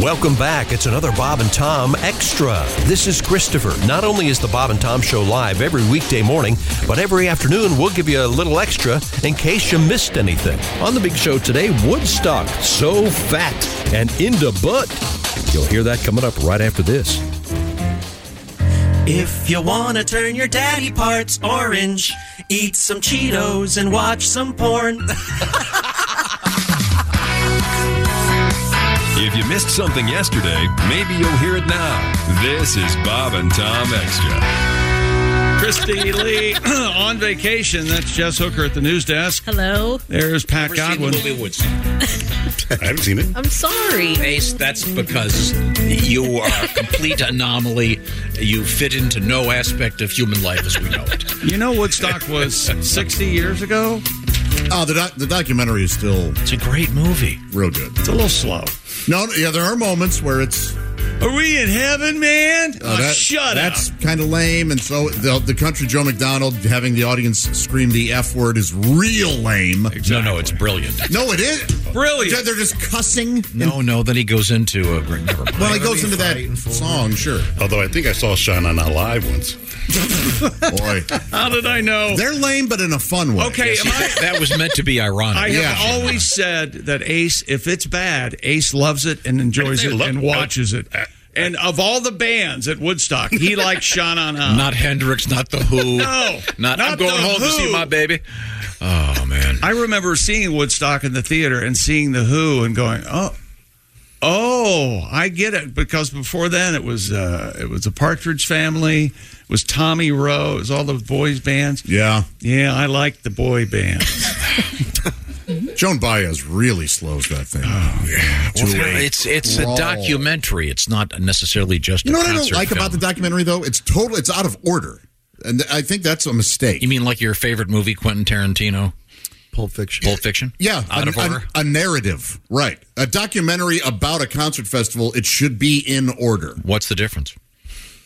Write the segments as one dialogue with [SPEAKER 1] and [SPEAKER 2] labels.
[SPEAKER 1] Welcome back. It's another Bob and Tom Extra. This is Christopher. Not only is the Bob and Tom Show live every weekday morning, but every afternoon we'll give you a little extra in case you missed anything. On the big show today, Woodstock, so fat and into butt. You'll hear that coming up right after this.
[SPEAKER 2] If you wanna turn your daddy parts orange, eat some Cheetos and watch some porn.
[SPEAKER 3] If you missed something yesterday, maybe you'll hear it now. This is Bob and Tom Extra.
[SPEAKER 4] Christy Lee on vacation. That's Jess Hooker at the news desk.
[SPEAKER 5] Hello.
[SPEAKER 4] There's Pat
[SPEAKER 6] Ever seen the
[SPEAKER 4] Godwin.
[SPEAKER 6] movie Woodstock?
[SPEAKER 7] I haven't seen it.
[SPEAKER 5] I'm sorry.
[SPEAKER 6] Ace, that's because you are a complete anomaly. You fit into no aspect of human life as we know it.
[SPEAKER 4] You know Woodstock was 60 years ago?
[SPEAKER 7] Oh, the doc- the documentary is still
[SPEAKER 6] It's a great movie.
[SPEAKER 7] real good.
[SPEAKER 4] It's a little slow.
[SPEAKER 7] No, no, yeah, there are moments where it's
[SPEAKER 4] Are we in heaven, man?
[SPEAKER 7] uh,
[SPEAKER 4] Oh,
[SPEAKER 7] that-
[SPEAKER 4] shut
[SPEAKER 7] that's
[SPEAKER 4] up.
[SPEAKER 7] kind of lame, and so the, the country Joe McDonald having the audience scream the f word is real lame.
[SPEAKER 6] No, no, it's brilliant.
[SPEAKER 7] No, it is
[SPEAKER 4] Brilliant.
[SPEAKER 7] They're just cussing.
[SPEAKER 6] No, no, then he goes into a. Never mind.
[SPEAKER 7] Well, it goes into that song, sure.
[SPEAKER 8] Although I think I saw Sean on Alive once.
[SPEAKER 7] Boy,
[SPEAKER 4] How did I know?
[SPEAKER 7] they're lame, but in a fun way.
[SPEAKER 4] Okay, um, am I,
[SPEAKER 6] that was meant to be ironic.
[SPEAKER 4] I have
[SPEAKER 7] Yeah.
[SPEAKER 4] always said that Ace, if it's bad, Ace loves it and enjoys
[SPEAKER 8] I
[SPEAKER 4] it
[SPEAKER 8] love-
[SPEAKER 4] and watches it. And of all the bands at Woodstock, he likes Shana on Up.
[SPEAKER 6] Not Hendrix, not the Who.
[SPEAKER 4] No,
[SPEAKER 6] not, I'm
[SPEAKER 4] not
[SPEAKER 6] going
[SPEAKER 4] The
[SPEAKER 6] home to see
[SPEAKER 4] Who.
[SPEAKER 6] my baby. Oh man,
[SPEAKER 4] I remember seeing Woodstock in the theater and seeing the Who and going, oh, oh, I get it because before then it was uh, it was the Partridge Family, it was Tommy Rowe, it was all those boys bands.
[SPEAKER 7] Yeah,
[SPEAKER 4] Yeah, I like the boy bands.
[SPEAKER 7] Joan Baez really slows that thing. Oh, yeah.
[SPEAKER 6] it's it's a
[SPEAKER 7] Raw.
[SPEAKER 6] documentary. It's not necessarily just.
[SPEAKER 7] You
[SPEAKER 6] a
[SPEAKER 7] know what I don't
[SPEAKER 6] concert
[SPEAKER 7] like
[SPEAKER 6] film.
[SPEAKER 7] about the documentary though? It's total. It's out of order, and th- I think that's a mistake.
[SPEAKER 6] You mean like your favorite movie, Quentin Tarantino,
[SPEAKER 9] Pulp Fiction.
[SPEAKER 6] Pulp Fiction?
[SPEAKER 7] yeah,
[SPEAKER 6] out
[SPEAKER 7] a,
[SPEAKER 6] of
[SPEAKER 7] a-
[SPEAKER 6] order.
[SPEAKER 7] a narrative, right? A documentary about a concert festival. It should be in order.
[SPEAKER 6] What's the difference?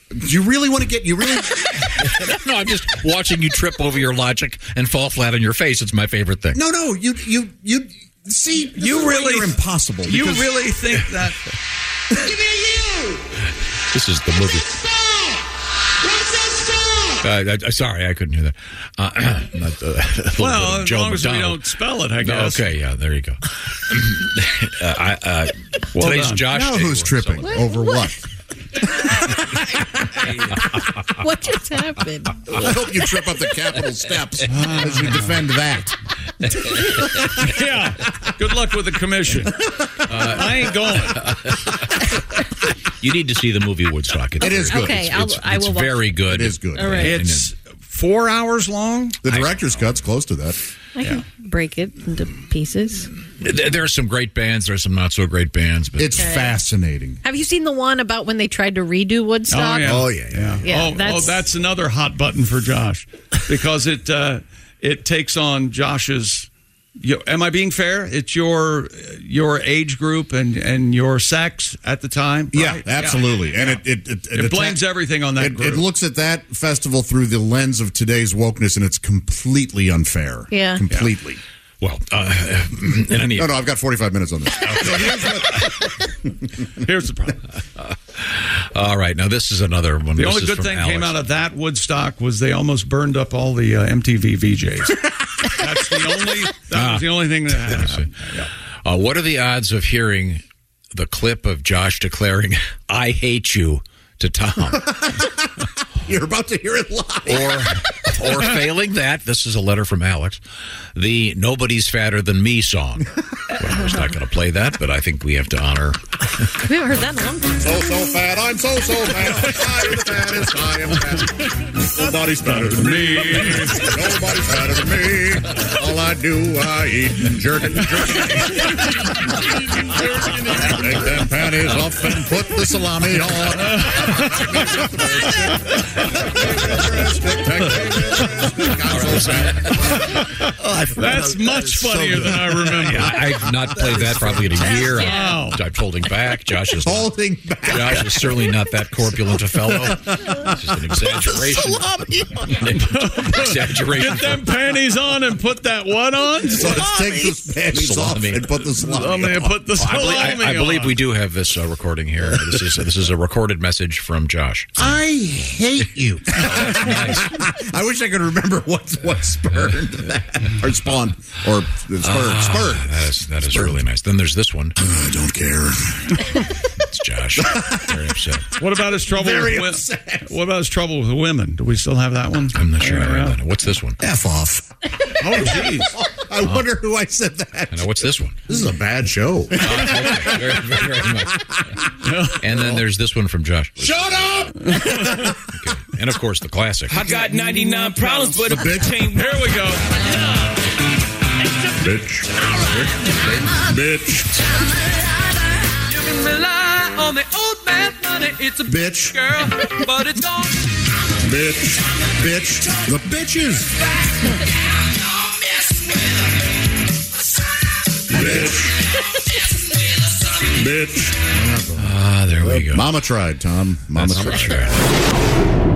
[SPEAKER 7] Do you really want to get? You really?
[SPEAKER 6] no, I'm just watching you trip over your logic and fall flat on your face. It's my favorite thing.
[SPEAKER 7] no, no. You, you, you. See, this
[SPEAKER 4] You
[SPEAKER 7] is why
[SPEAKER 4] really-
[SPEAKER 7] you're impossible.
[SPEAKER 4] You
[SPEAKER 7] because-
[SPEAKER 4] really think that?
[SPEAKER 6] This is the movie. Uh, I, I, sorry, I couldn't hear that. Uh, not, uh, a little bit
[SPEAKER 4] Well,
[SPEAKER 6] of
[SPEAKER 4] as
[SPEAKER 6] Joe
[SPEAKER 4] long as we
[SPEAKER 6] McDonald.
[SPEAKER 4] don't spell it, I
[SPEAKER 6] No,
[SPEAKER 4] guess.
[SPEAKER 6] okay, yeah, there you go. uh, I, uh, today's
[SPEAKER 4] done.
[SPEAKER 6] Josh.
[SPEAKER 7] now
[SPEAKER 6] Day
[SPEAKER 7] who's
[SPEAKER 6] or
[SPEAKER 7] tripping
[SPEAKER 6] something.
[SPEAKER 7] over what?
[SPEAKER 5] What just happened?
[SPEAKER 7] I hope you trip up the Capitol steps as you defend that.
[SPEAKER 4] yeah. Good luck with the commission. I ain't going.
[SPEAKER 6] You need to see the movie Woodstock. It's
[SPEAKER 7] It is good.
[SPEAKER 5] Okay, I'll,
[SPEAKER 6] It's,
[SPEAKER 5] I will
[SPEAKER 6] it's
[SPEAKER 5] watch.
[SPEAKER 6] very good.
[SPEAKER 7] It is good.
[SPEAKER 5] All right.
[SPEAKER 4] It's four hours long.
[SPEAKER 7] The director's cut's close to that.
[SPEAKER 5] I can break it into pieces.
[SPEAKER 6] There there are some great bands. There are some not so great bands. But
[SPEAKER 7] It's fascinating.
[SPEAKER 5] Have you seen the one about when they tried to redo Woodstock?
[SPEAKER 7] Oh yeah, yeah.
[SPEAKER 5] Yeah,
[SPEAKER 4] oh,
[SPEAKER 5] that's-
[SPEAKER 4] oh, that's another hot button for Josh because it uh, it takes on Josh's. You, am I being fair? It's your your age group and, and your sex at the time.
[SPEAKER 7] Yeah,
[SPEAKER 4] right?
[SPEAKER 7] absolutely. And it it it,
[SPEAKER 4] It blames everything on that
[SPEAKER 7] It,
[SPEAKER 4] group.
[SPEAKER 7] it looks at that festival through the lens of today's wokeness, and it's completely unfair.
[SPEAKER 5] Yeah.
[SPEAKER 7] completely.
[SPEAKER 6] well, uh, in any
[SPEAKER 7] No, no, I've got forty five minutes on this. So here's what-
[SPEAKER 4] Here's the problem.
[SPEAKER 6] all right. Now this is another one.
[SPEAKER 4] The
[SPEAKER 6] This
[SPEAKER 4] only
[SPEAKER 6] is
[SPEAKER 4] good
[SPEAKER 6] from
[SPEAKER 4] thing
[SPEAKER 6] Alex.
[SPEAKER 4] came out of that Woodstock was they almost burned up all the uh, MTV VJs. that's the only. That was the only thing that
[SPEAKER 6] Ah.
[SPEAKER 4] happened.
[SPEAKER 6] Uh, what are the odds of hearing the clip of Josh declaring "I hate you" to Tom,
[SPEAKER 7] you're about to hear it live.
[SPEAKER 6] or or failing that? This is a letter from Alex. The "Nobody's Fatter Than Me" song. Well, I was not going to play that, but I think we have to honor.
[SPEAKER 5] We haven't heard that in a long time.
[SPEAKER 7] So Oh, so fat, I'm so so fat. I'm the fattest. I am fat. Nobody's fatter than me. Nobody's fatter than me. All I do, I eat and jerk and jerk. Take them panties off and put the salami on.
[SPEAKER 4] That's much funnier than I remember.
[SPEAKER 6] I, I've not played that probably in a year.
[SPEAKER 5] Yeah.
[SPEAKER 6] I'm, I'm holding back. Josh is
[SPEAKER 4] Oh,
[SPEAKER 6] not,
[SPEAKER 7] Holding back.
[SPEAKER 6] Josh is certainly not that corpulent a fellow. It's just an exaggeration. exaggeration.
[SPEAKER 4] Get them panties on and put that one on.
[SPEAKER 7] So let's take those panties off
[SPEAKER 6] Salami.
[SPEAKER 7] and put the
[SPEAKER 4] I'm
[SPEAKER 7] salami
[SPEAKER 4] going to
[SPEAKER 7] on.
[SPEAKER 4] put the
[SPEAKER 6] I
[SPEAKER 4] salami
[SPEAKER 6] believe, I, I believe
[SPEAKER 4] on.
[SPEAKER 6] we do have this uh, recording here. This is this is a recorded message from Josh.
[SPEAKER 7] I hate you. I wish I could remember what's what spurned that. Or spawned. Or spurred.
[SPEAKER 10] Ah,
[SPEAKER 7] spurred.
[SPEAKER 6] That is that is really nice. Then there's this one.
[SPEAKER 7] I don't care.
[SPEAKER 6] It's Josh. Very upset.
[SPEAKER 4] What about his trouble
[SPEAKER 7] Very
[SPEAKER 4] with
[SPEAKER 7] upset.
[SPEAKER 4] What about his trouble with women? Do we still have that one?
[SPEAKER 6] I'm not sure I read that. What's this one?
[SPEAKER 7] F off.
[SPEAKER 4] Oh, jeez.
[SPEAKER 7] I
[SPEAKER 10] Uh-huh.
[SPEAKER 7] wonder who I said that.
[SPEAKER 6] And what's this one? Oh,
[SPEAKER 7] This is a bad show.
[SPEAKER 6] Okay, very, very, very much. And then there's this one from Josh. Shut up! Okay. And of course, the classic.
[SPEAKER 11] I got 99 problems, but a bitch ain't. Here we go.
[SPEAKER 10] Bitch. Bitch.
[SPEAKER 11] You can rely on the old man money. It's a
[SPEAKER 7] bitch.
[SPEAKER 11] girl, but it's on.
[SPEAKER 10] Bitch.
[SPEAKER 7] Bitch. The bitches.
[SPEAKER 10] Bitch. Bitch.
[SPEAKER 6] Ah, there we go.
[SPEAKER 7] Mama tried, Tom. Mama
[SPEAKER 6] That's
[SPEAKER 7] tried.
[SPEAKER 6] sure.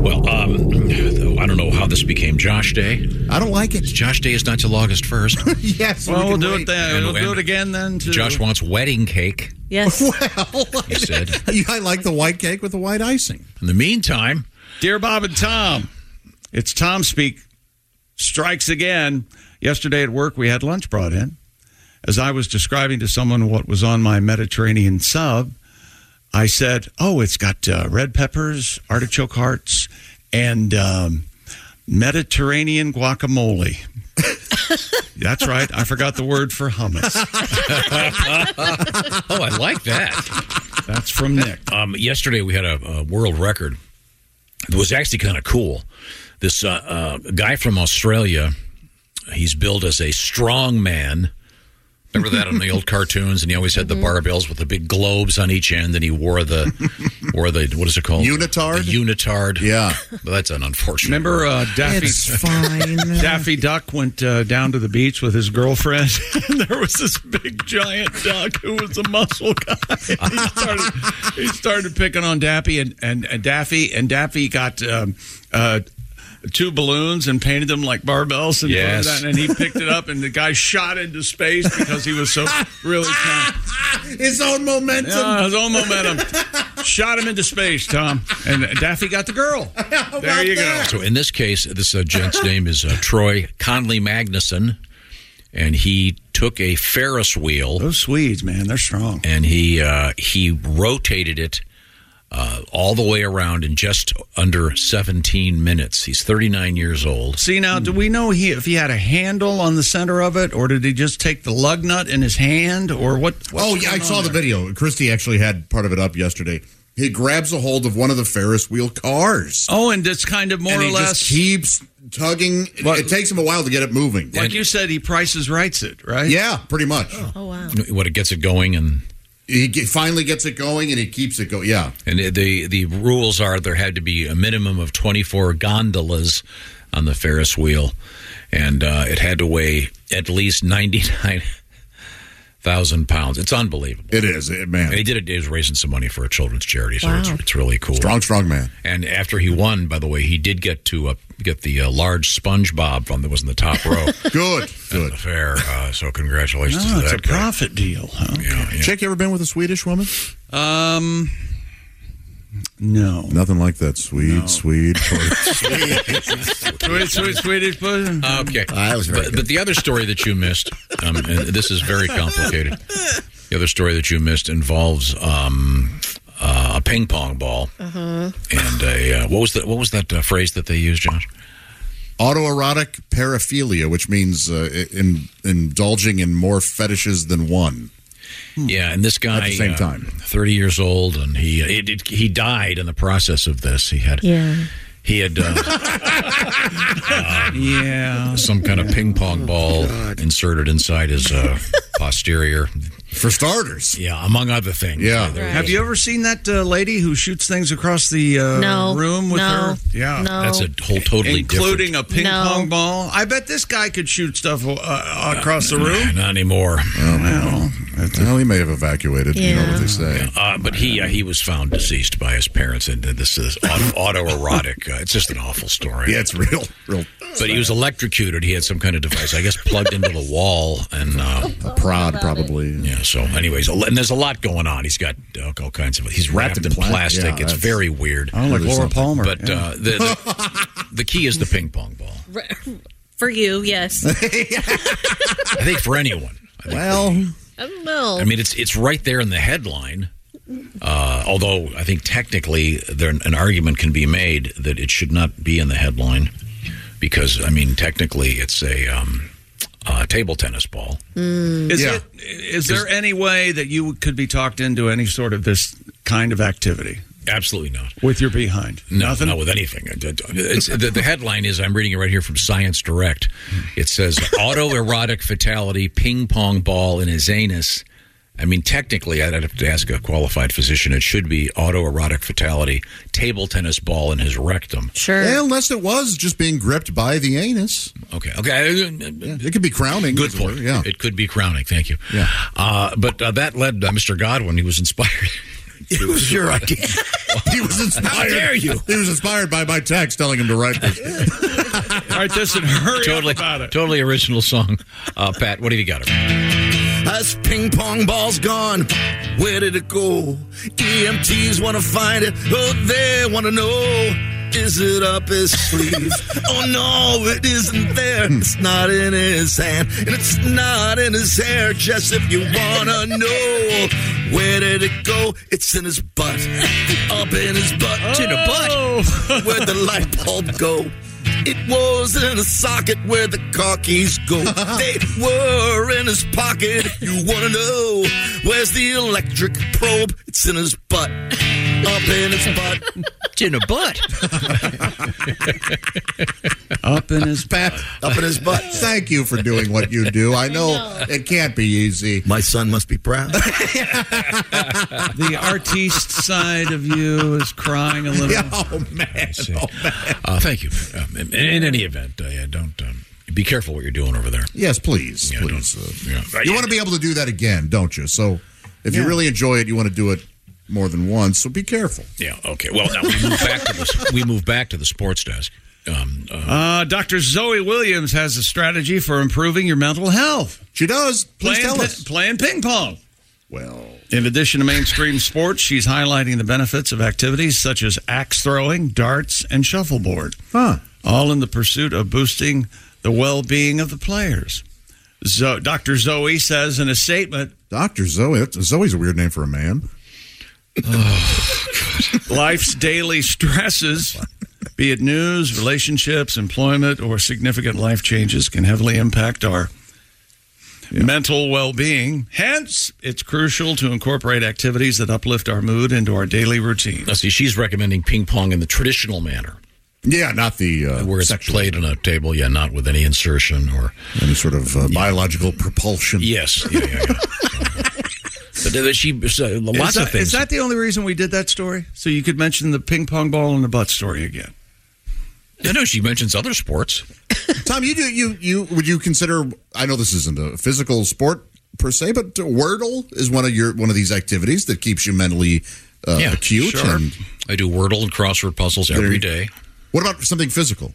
[SPEAKER 6] Well, um, I don't know how this became Josh Day.
[SPEAKER 7] I don't like it.
[SPEAKER 6] Josh Day is not till August 1st.
[SPEAKER 7] Yes.
[SPEAKER 4] Well, we'll
[SPEAKER 7] can
[SPEAKER 4] do
[SPEAKER 7] wait.
[SPEAKER 4] it then.
[SPEAKER 6] And
[SPEAKER 4] We'll do it
[SPEAKER 6] women.
[SPEAKER 4] again then. Too.
[SPEAKER 6] Josh wants wedding cake,
[SPEAKER 5] Yes.
[SPEAKER 6] he said.
[SPEAKER 7] I like the white cake with the white icing.
[SPEAKER 6] In the meantime,
[SPEAKER 4] Dear Bob and Tom, it's Tom Speak. Strikes again. Yesterday at work, we had lunch brought in. As I was describing to someone what was on my Mediterranean sub, I said, Oh, it's got uh, red peppers, artichoke hearts, and um, Mediterranean guacamole. That's right. I forgot the word for hummus.
[SPEAKER 6] oh, I like that.
[SPEAKER 4] That's from Nick.
[SPEAKER 6] um, yesterday we had a, a world record. It was actually kind of cool. This uh, uh, guy from Australia, he's billed as a strong man. Remember that on the old cartoons, and he always had the
[SPEAKER 7] Mm-hmm.
[SPEAKER 6] barbells with the big globes on each end, and he wore the wore the what is it called?
[SPEAKER 7] Unitard?
[SPEAKER 6] The unitard.
[SPEAKER 7] Yeah.
[SPEAKER 6] well, that's an unfortunate.
[SPEAKER 4] Remember
[SPEAKER 6] word.
[SPEAKER 4] uh, Daffy
[SPEAKER 7] fine.
[SPEAKER 4] Daffy Duck went uh, down to the beach with his girlfriend, and there was this big giant duck who was a muscle guy. He started, he started picking on Daffy, and, and, and Daffy and Daffy got um, uh, two balloons and painted them like barbells, and,
[SPEAKER 6] Yes.
[SPEAKER 4] that, and he picked it up, and the guy shot into space because he was so really trying.
[SPEAKER 7] His own momentum.
[SPEAKER 4] Yeah, his own momentum. Shot him into space, Tom, and Daffy got the girl. There you go.
[SPEAKER 6] So in this case, this uh, gent's name is uh, Troy Conley Magnuson, and he took a Ferris wheel.
[SPEAKER 4] Those Swedes, man, they're strong.
[SPEAKER 6] and he uh, he rotated it uh, all the way around in just under 17 minutes. He's 39 years old.
[SPEAKER 4] See now, do we know he, if he had a handle on the center of it, or did he just take the lug nut in his hand, or what?
[SPEAKER 7] Oh yeah, I saw the video. Christy actually had part of it up yesterday. He grabs a hold of one of the Ferris wheel cars,
[SPEAKER 4] Oh, and it's kind of more
[SPEAKER 7] and
[SPEAKER 4] or
[SPEAKER 7] he
[SPEAKER 4] less,
[SPEAKER 7] just keeps tugging. It-
[SPEAKER 4] What-
[SPEAKER 7] It takes him a while to get it moving.
[SPEAKER 4] like you said, he prices rights it, right?
[SPEAKER 7] Yeah, pretty much.
[SPEAKER 5] Oh, wow.
[SPEAKER 6] What it gets it going, and
[SPEAKER 7] He ge- finally gets it going, and he keeps it going. Yeah,
[SPEAKER 6] and the the rules are there had to be a minimum of 24 gondolas on the Ferris wheel, and uh, it had to weigh at least ninety nine thousand pounds. It's unbelievable.
[SPEAKER 7] It is, it, man.
[SPEAKER 6] And he did it. He was raising some money for a children's charity, so it's,
[SPEAKER 7] Wow.
[SPEAKER 6] it's really cool.
[SPEAKER 7] Strong, strong man.
[SPEAKER 6] And after he won, by the way, he did get to uh, get the uh, large SpongeBob from that was in the top row.
[SPEAKER 7] good,
[SPEAKER 6] good. The fair. Uh, so congratulations.
[SPEAKER 4] No,
[SPEAKER 6] to
[SPEAKER 4] Oh, it's
[SPEAKER 6] that
[SPEAKER 4] a profit deal. Huh?
[SPEAKER 7] Chick, you ever been with a Swedish woman?
[SPEAKER 4] Um, No.
[SPEAKER 7] Nothing like that sweet, sweet.
[SPEAKER 4] sweet, sweet, Swedish pudding.
[SPEAKER 6] Okay, Uh, but, but the other story that you missed, um, and this is very complicated. The other story that you missed involves um, uh, a ping pong ball
[SPEAKER 5] Uh-huh.
[SPEAKER 6] and a uh, what was that? What was that uh, phrase that they used, Josh?
[SPEAKER 7] Autoerotic paraphilia, which means uh, in, indulging in more fetishes than one.
[SPEAKER 6] Yeah, and this guy
[SPEAKER 7] At the same
[SPEAKER 6] uh,
[SPEAKER 7] time.
[SPEAKER 6] thirty years old, and he uh, it, it, he died in the process of this. He had
[SPEAKER 5] Yeah.
[SPEAKER 6] he had uh,
[SPEAKER 4] yeah
[SPEAKER 6] some kind of ping pong ball inserted inside his uh, posterior.
[SPEAKER 7] For starters,
[SPEAKER 6] yeah, among other things.
[SPEAKER 4] Yeah.
[SPEAKER 6] There
[SPEAKER 4] Have
[SPEAKER 6] was-
[SPEAKER 4] you ever seen that uh, lady who shoots things across the uh,
[SPEAKER 5] No.
[SPEAKER 4] room with
[SPEAKER 5] No.
[SPEAKER 4] her? Yeah,
[SPEAKER 5] No. That's a
[SPEAKER 6] whole totally
[SPEAKER 4] including
[SPEAKER 6] different-
[SPEAKER 4] a ping
[SPEAKER 5] No.
[SPEAKER 4] pong ball. I bet this guy could shoot stuff uh, across the room.
[SPEAKER 6] Not anymore.
[SPEAKER 7] Oh, well, well, he may have evacuated. You know what they
[SPEAKER 6] Yeah.
[SPEAKER 7] say.
[SPEAKER 6] Uh, but he uh, he was found deceased by his parents, and this is auto, autoerotic. Uh, it's just an awful story.
[SPEAKER 7] Yeah, it's real, real.
[SPEAKER 6] But he was electrocuted. He had some kind of device, I guess, plugged into the wall and uh,
[SPEAKER 7] a prod, probably.
[SPEAKER 6] Yeah. So, anyways, a lo- and there's a lot going on. He's got uh, all kinds of. He's wrapped in
[SPEAKER 7] Wrapped in pla-
[SPEAKER 6] plastic.
[SPEAKER 7] yeah,
[SPEAKER 6] it's
[SPEAKER 7] that's-
[SPEAKER 6] very weird.
[SPEAKER 4] Oh, like Really Laura something. Palmer,
[SPEAKER 6] But
[SPEAKER 4] yeah.
[SPEAKER 6] uh, the, the the key is the ping pong ball.
[SPEAKER 5] For you, yes.
[SPEAKER 6] I think for anyone.
[SPEAKER 7] Well,
[SPEAKER 5] I don't know.
[SPEAKER 6] I mean, it's it's right there in the headline. Uh, although I think technically there an argument can be made that it should not be in the headline because I mean technically it's a um, uh, table tennis ball.
[SPEAKER 4] Is
[SPEAKER 6] Yeah.
[SPEAKER 4] it? Is there any way that you could be talked into any sort of this kind of activity?
[SPEAKER 6] Absolutely not.
[SPEAKER 4] With your behind,
[SPEAKER 6] No,
[SPEAKER 4] nothing.
[SPEAKER 6] not with anything. It's, the, the headline is I'm reading it right here from Science Direct. It says autoerotic fatality ping pong ball in his anus. I mean, technically, I'd have to ask a qualified physician. It should be autoerotic fatality table tennis ball in his rectum.
[SPEAKER 5] Sure.
[SPEAKER 7] Yeah, unless it was just being gripped by the anus.
[SPEAKER 6] Okay. Okay.
[SPEAKER 7] it could be crowning.
[SPEAKER 6] Good point. Yeah. It could be crowning. Thank you. Yeah. Uh, but uh, that led uh, Mr. Godwin. He was inspired.
[SPEAKER 7] It was your idea. he was inspired.
[SPEAKER 6] How dare you?
[SPEAKER 7] He was inspired by my text telling him to write this.
[SPEAKER 4] Write this and hurry
[SPEAKER 6] totally, about it. Totally original song. Uh, Pat, what have you got?
[SPEAKER 2] This ping pong ball's gone. Where did it go? E EMTs want to find it. Oh, they want to know. Is it up his sleeve? oh, no, it isn't there. It's not in his hand. And it's not in his hair. Just if you want to know. Where did it go? It's in his butt. Up in his butt. It's in the butt. Where'd the light bulb go? It was in a socket where the car keys go. they were in his pocket. If you want to know, where's the electric probe? It's in his butt. Up in his butt. It's in a butt.
[SPEAKER 4] up in his
[SPEAKER 7] butt. Up in his butt. Thank you for doing what you do. I know, it can't be easy.
[SPEAKER 2] My son must be proud.
[SPEAKER 4] the artiste side of you is crying a little.
[SPEAKER 7] oh man!
[SPEAKER 6] Uh, thank you. Um, in, in any event, uh, yeah, don't um, be careful what you're doing over there.
[SPEAKER 7] Yes, please,
[SPEAKER 6] Yeah,
[SPEAKER 7] please.
[SPEAKER 6] don't-
[SPEAKER 7] Uh, You want to be able to do that again, don't you? So, if you
[SPEAKER 6] Yeah.
[SPEAKER 7] really enjoy it, you want to do it more than once. So be careful.
[SPEAKER 6] Yeah. Okay. Well, now we move back to the we move back to the sports desk. Um, uh,
[SPEAKER 4] Uh, Dr. Zoe Williams has a strategy for improving your mental health.
[SPEAKER 7] She does. Please
[SPEAKER 4] playing,
[SPEAKER 7] tell
[SPEAKER 4] pi-
[SPEAKER 7] us.
[SPEAKER 4] Playing ping pong. Well, in addition to mainstream sports, she's highlighting the benefits of activities such as axe throwing, darts, and shuffleboard.
[SPEAKER 7] Huh.
[SPEAKER 4] All in the pursuit of boosting the well being of the players. Zo- Dr. Zoe says in a statement
[SPEAKER 7] Doctor Zoe. That's, Zoe's a weird name for a man.
[SPEAKER 4] life's daily stresses, be it news, relationships, employment, or significant life changes, can heavily impact our mental well being. Hence, it's crucial to incorporate activities that uplift our mood into our daily routine.
[SPEAKER 6] now, see, she's recommending ping pong in the traditional manner,
[SPEAKER 7] Yeah, not the uh,
[SPEAKER 6] where it's played on a table. Yeah, not with any insertion or
[SPEAKER 7] any sort of uh, biological propulsion.
[SPEAKER 6] Yes. Yeah, yeah, yeah. but there- she so, lots
[SPEAKER 4] is that,
[SPEAKER 6] of things.
[SPEAKER 4] Is that the only reason we did that story? So you could mention the ping pong ball in the butt story again.
[SPEAKER 6] I know she mentions other sports.
[SPEAKER 7] Tom, you do you you would you consider? I know this isn't a physical sport per se, but Wordle is one of your one of these activities that keeps you mentally uh, acute.
[SPEAKER 6] sure.
[SPEAKER 7] And
[SPEAKER 6] I do Wordle and crossword puzzles every day.
[SPEAKER 7] what about something physical?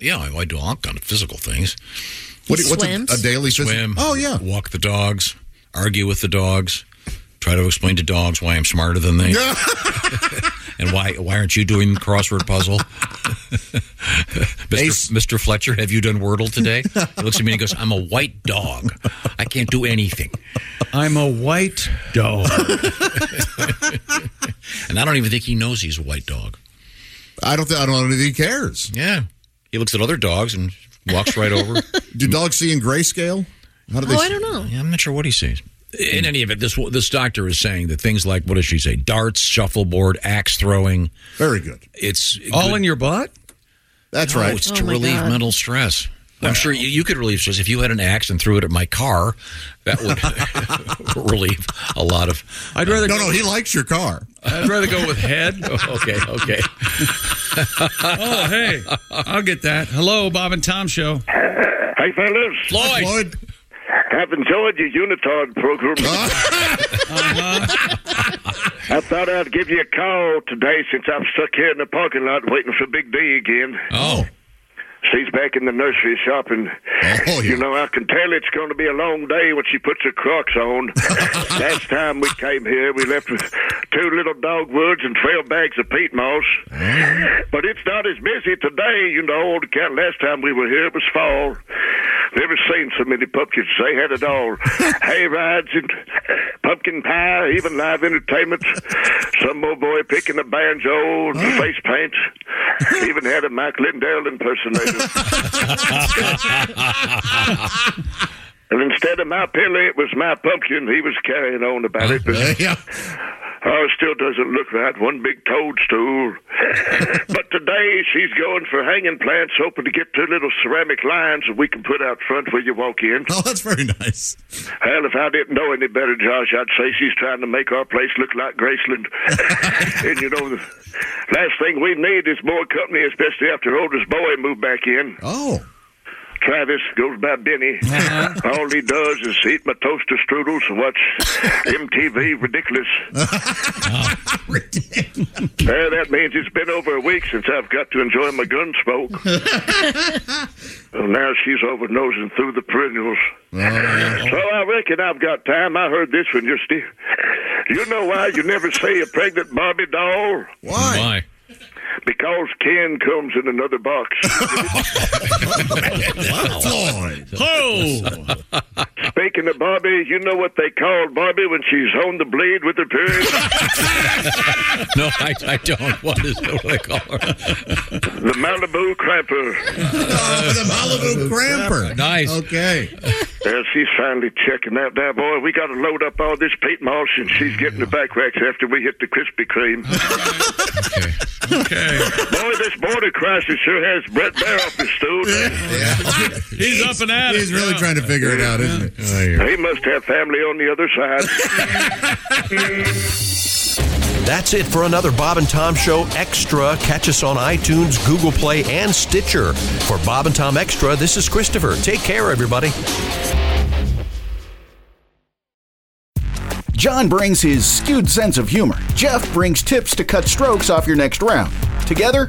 [SPEAKER 6] Yeah, I, I do all kind of physical things.
[SPEAKER 7] What do you- what's a- Swims? a daily phys-
[SPEAKER 6] swim?
[SPEAKER 7] Oh, yeah.
[SPEAKER 6] walk the dogs, argue with the dogs, try to explain to dogs why I'm smarter than they, and why why aren't you doing the crossword puzzle? Mr. Mr. Fletcher, have you done Wordle today? He looks at me and he goes, "I'm a white dog. I can't do anything."
[SPEAKER 4] I'm a white dog.
[SPEAKER 6] And I don't even think he knows he's a white dog.
[SPEAKER 7] I don't. Th- I don't think he cares.
[SPEAKER 6] Yeah, he looks at other dogs and walks right over.
[SPEAKER 7] Do dogs see in grayscale? How do they?
[SPEAKER 6] Oh,
[SPEAKER 7] I
[SPEAKER 6] I don't
[SPEAKER 5] know.
[SPEAKER 6] Yeah, I'm not sure what he sees. In any event, this this doctor is saying that things like what does she say? Darts, shuffleboard, axe throwing.
[SPEAKER 7] Very good.
[SPEAKER 6] It's
[SPEAKER 4] All
[SPEAKER 6] good-
[SPEAKER 4] in your butt?
[SPEAKER 7] That's
[SPEAKER 6] No,
[SPEAKER 7] right.
[SPEAKER 6] It's
[SPEAKER 4] Oh,
[SPEAKER 6] to
[SPEAKER 4] my
[SPEAKER 6] relieve
[SPEAKER 4] God.
[SPEAKER 6] mental stress. I'm sure you, you could relieve stress if you had an axe and threw it at my car. That would relieve a lot of. uh,
[SPEAKER 4] I'd rather
[SPEAKER 7] No, no, he likes your car.
[SPEAKER 4] I'd rather go with head.
[SPEAKER 6] okay, okay.
[SPEAKER 4] oh, hey, I'll get that. Hello, Bob and Tom show.
[SPEAKER 12] Hey, fellas.
[SPEAKER 6] Floyd.
[SPEAKER 12] I've enjoyed your Unitard program. I thought I'd give you a call today since I'm stuck here in the parking lot waiting for Big D again.
[SPEAKER 6] Oh.
[SPEAKER 12] She's back in the nursery shopping. You know, I can tell it's going to be a long day when she puts her Crocs on. Last time we came here, we left with two little dogwoods and 12 bags of peat moss. But it's not as busy today, you know. The cat last time we were here it was fall. Never seen so many pumpkins. They had it all: hay rides and pumpkin pie, even live entertainment. Some old boy picking a banjo, and face paint. Even had a Mike Lindell impersonator. and instead of my pilly, it was my pumpkin. He was carrying on about it. But, Oh, it still doesn't look right. One big toadstool. but today she's going for hanging plants, hoping to get two little ceramic lines that we can put out front where you walk in.
[SPEAKER 7] Oh, that's very nice.
[SPEAKER 12] Hell, if I didn't know any better, Josh, I'd say she's trying to make our place look like Graceland. and you know, the last thing we need is more company, especially after oldest boy moved back in.
[SPEAKER 7] Oh.
[SPEAKER 12] Travis goes by Benny. All he does is eat my toaster strudels and watch MTV Ridiculous. Well, that means it's been over a week since I've got to enjoy my gun smoke. well, now she's over nosing through the perennials.
[SPEAKER 7] Uh,
[SPEAKER 12] So I reckon I've got time. I heard this one, Steve. You know why you never see a pregnant Barbie doll?
[SPEAKER 6] Why?
[SPEAKER 12] Because Ken comes in another box.
[SPEAKER 4] Ho!
[SPEAKER 12] Speaking of Barbie, you know what they call Barbie when she's on the bleed with her period?
[SPEAKER 6] No, I, I don't. What is what do I call her?
[SPEAKER 12] the Malibu Cramper.
[SPEAKER 7] Malibu Cramper.
[SPEAKER 6] Nice.
[SPEAKER 7] Okay.
[SPEAKER 12] Well, she's finally checking out now, boy. We got to load up all this peat moss, and she's getting the back racks after we hit the Krispy Kreme.
[SPEAKER 4] Okay.
[SPEAKER 12] boy, this border crisis sure has Brett Bear off his stool.
[SPEAKER 4] He's up and at
[SPEAKER 7] He's
[SPEAKER 4] it.
[SPEAKER 7] really
[SPEAKER 4] yeah.
[SPEAKER 7] trying to figure it out, isn't Oh, it?
[SPEAKER 12] He must have family on the other side.
[SPEAKER 1] That's it for another Bob and Tom Show Extra. Catch us on iTunes, Google Play, and Stitcher. For Bob and Tom Extra, this is Christopher. Take care, everybody.
[SPEAKER 13] John brings his skewed sense of humor. Jeff brings tips to cut strokes off your next round. Together,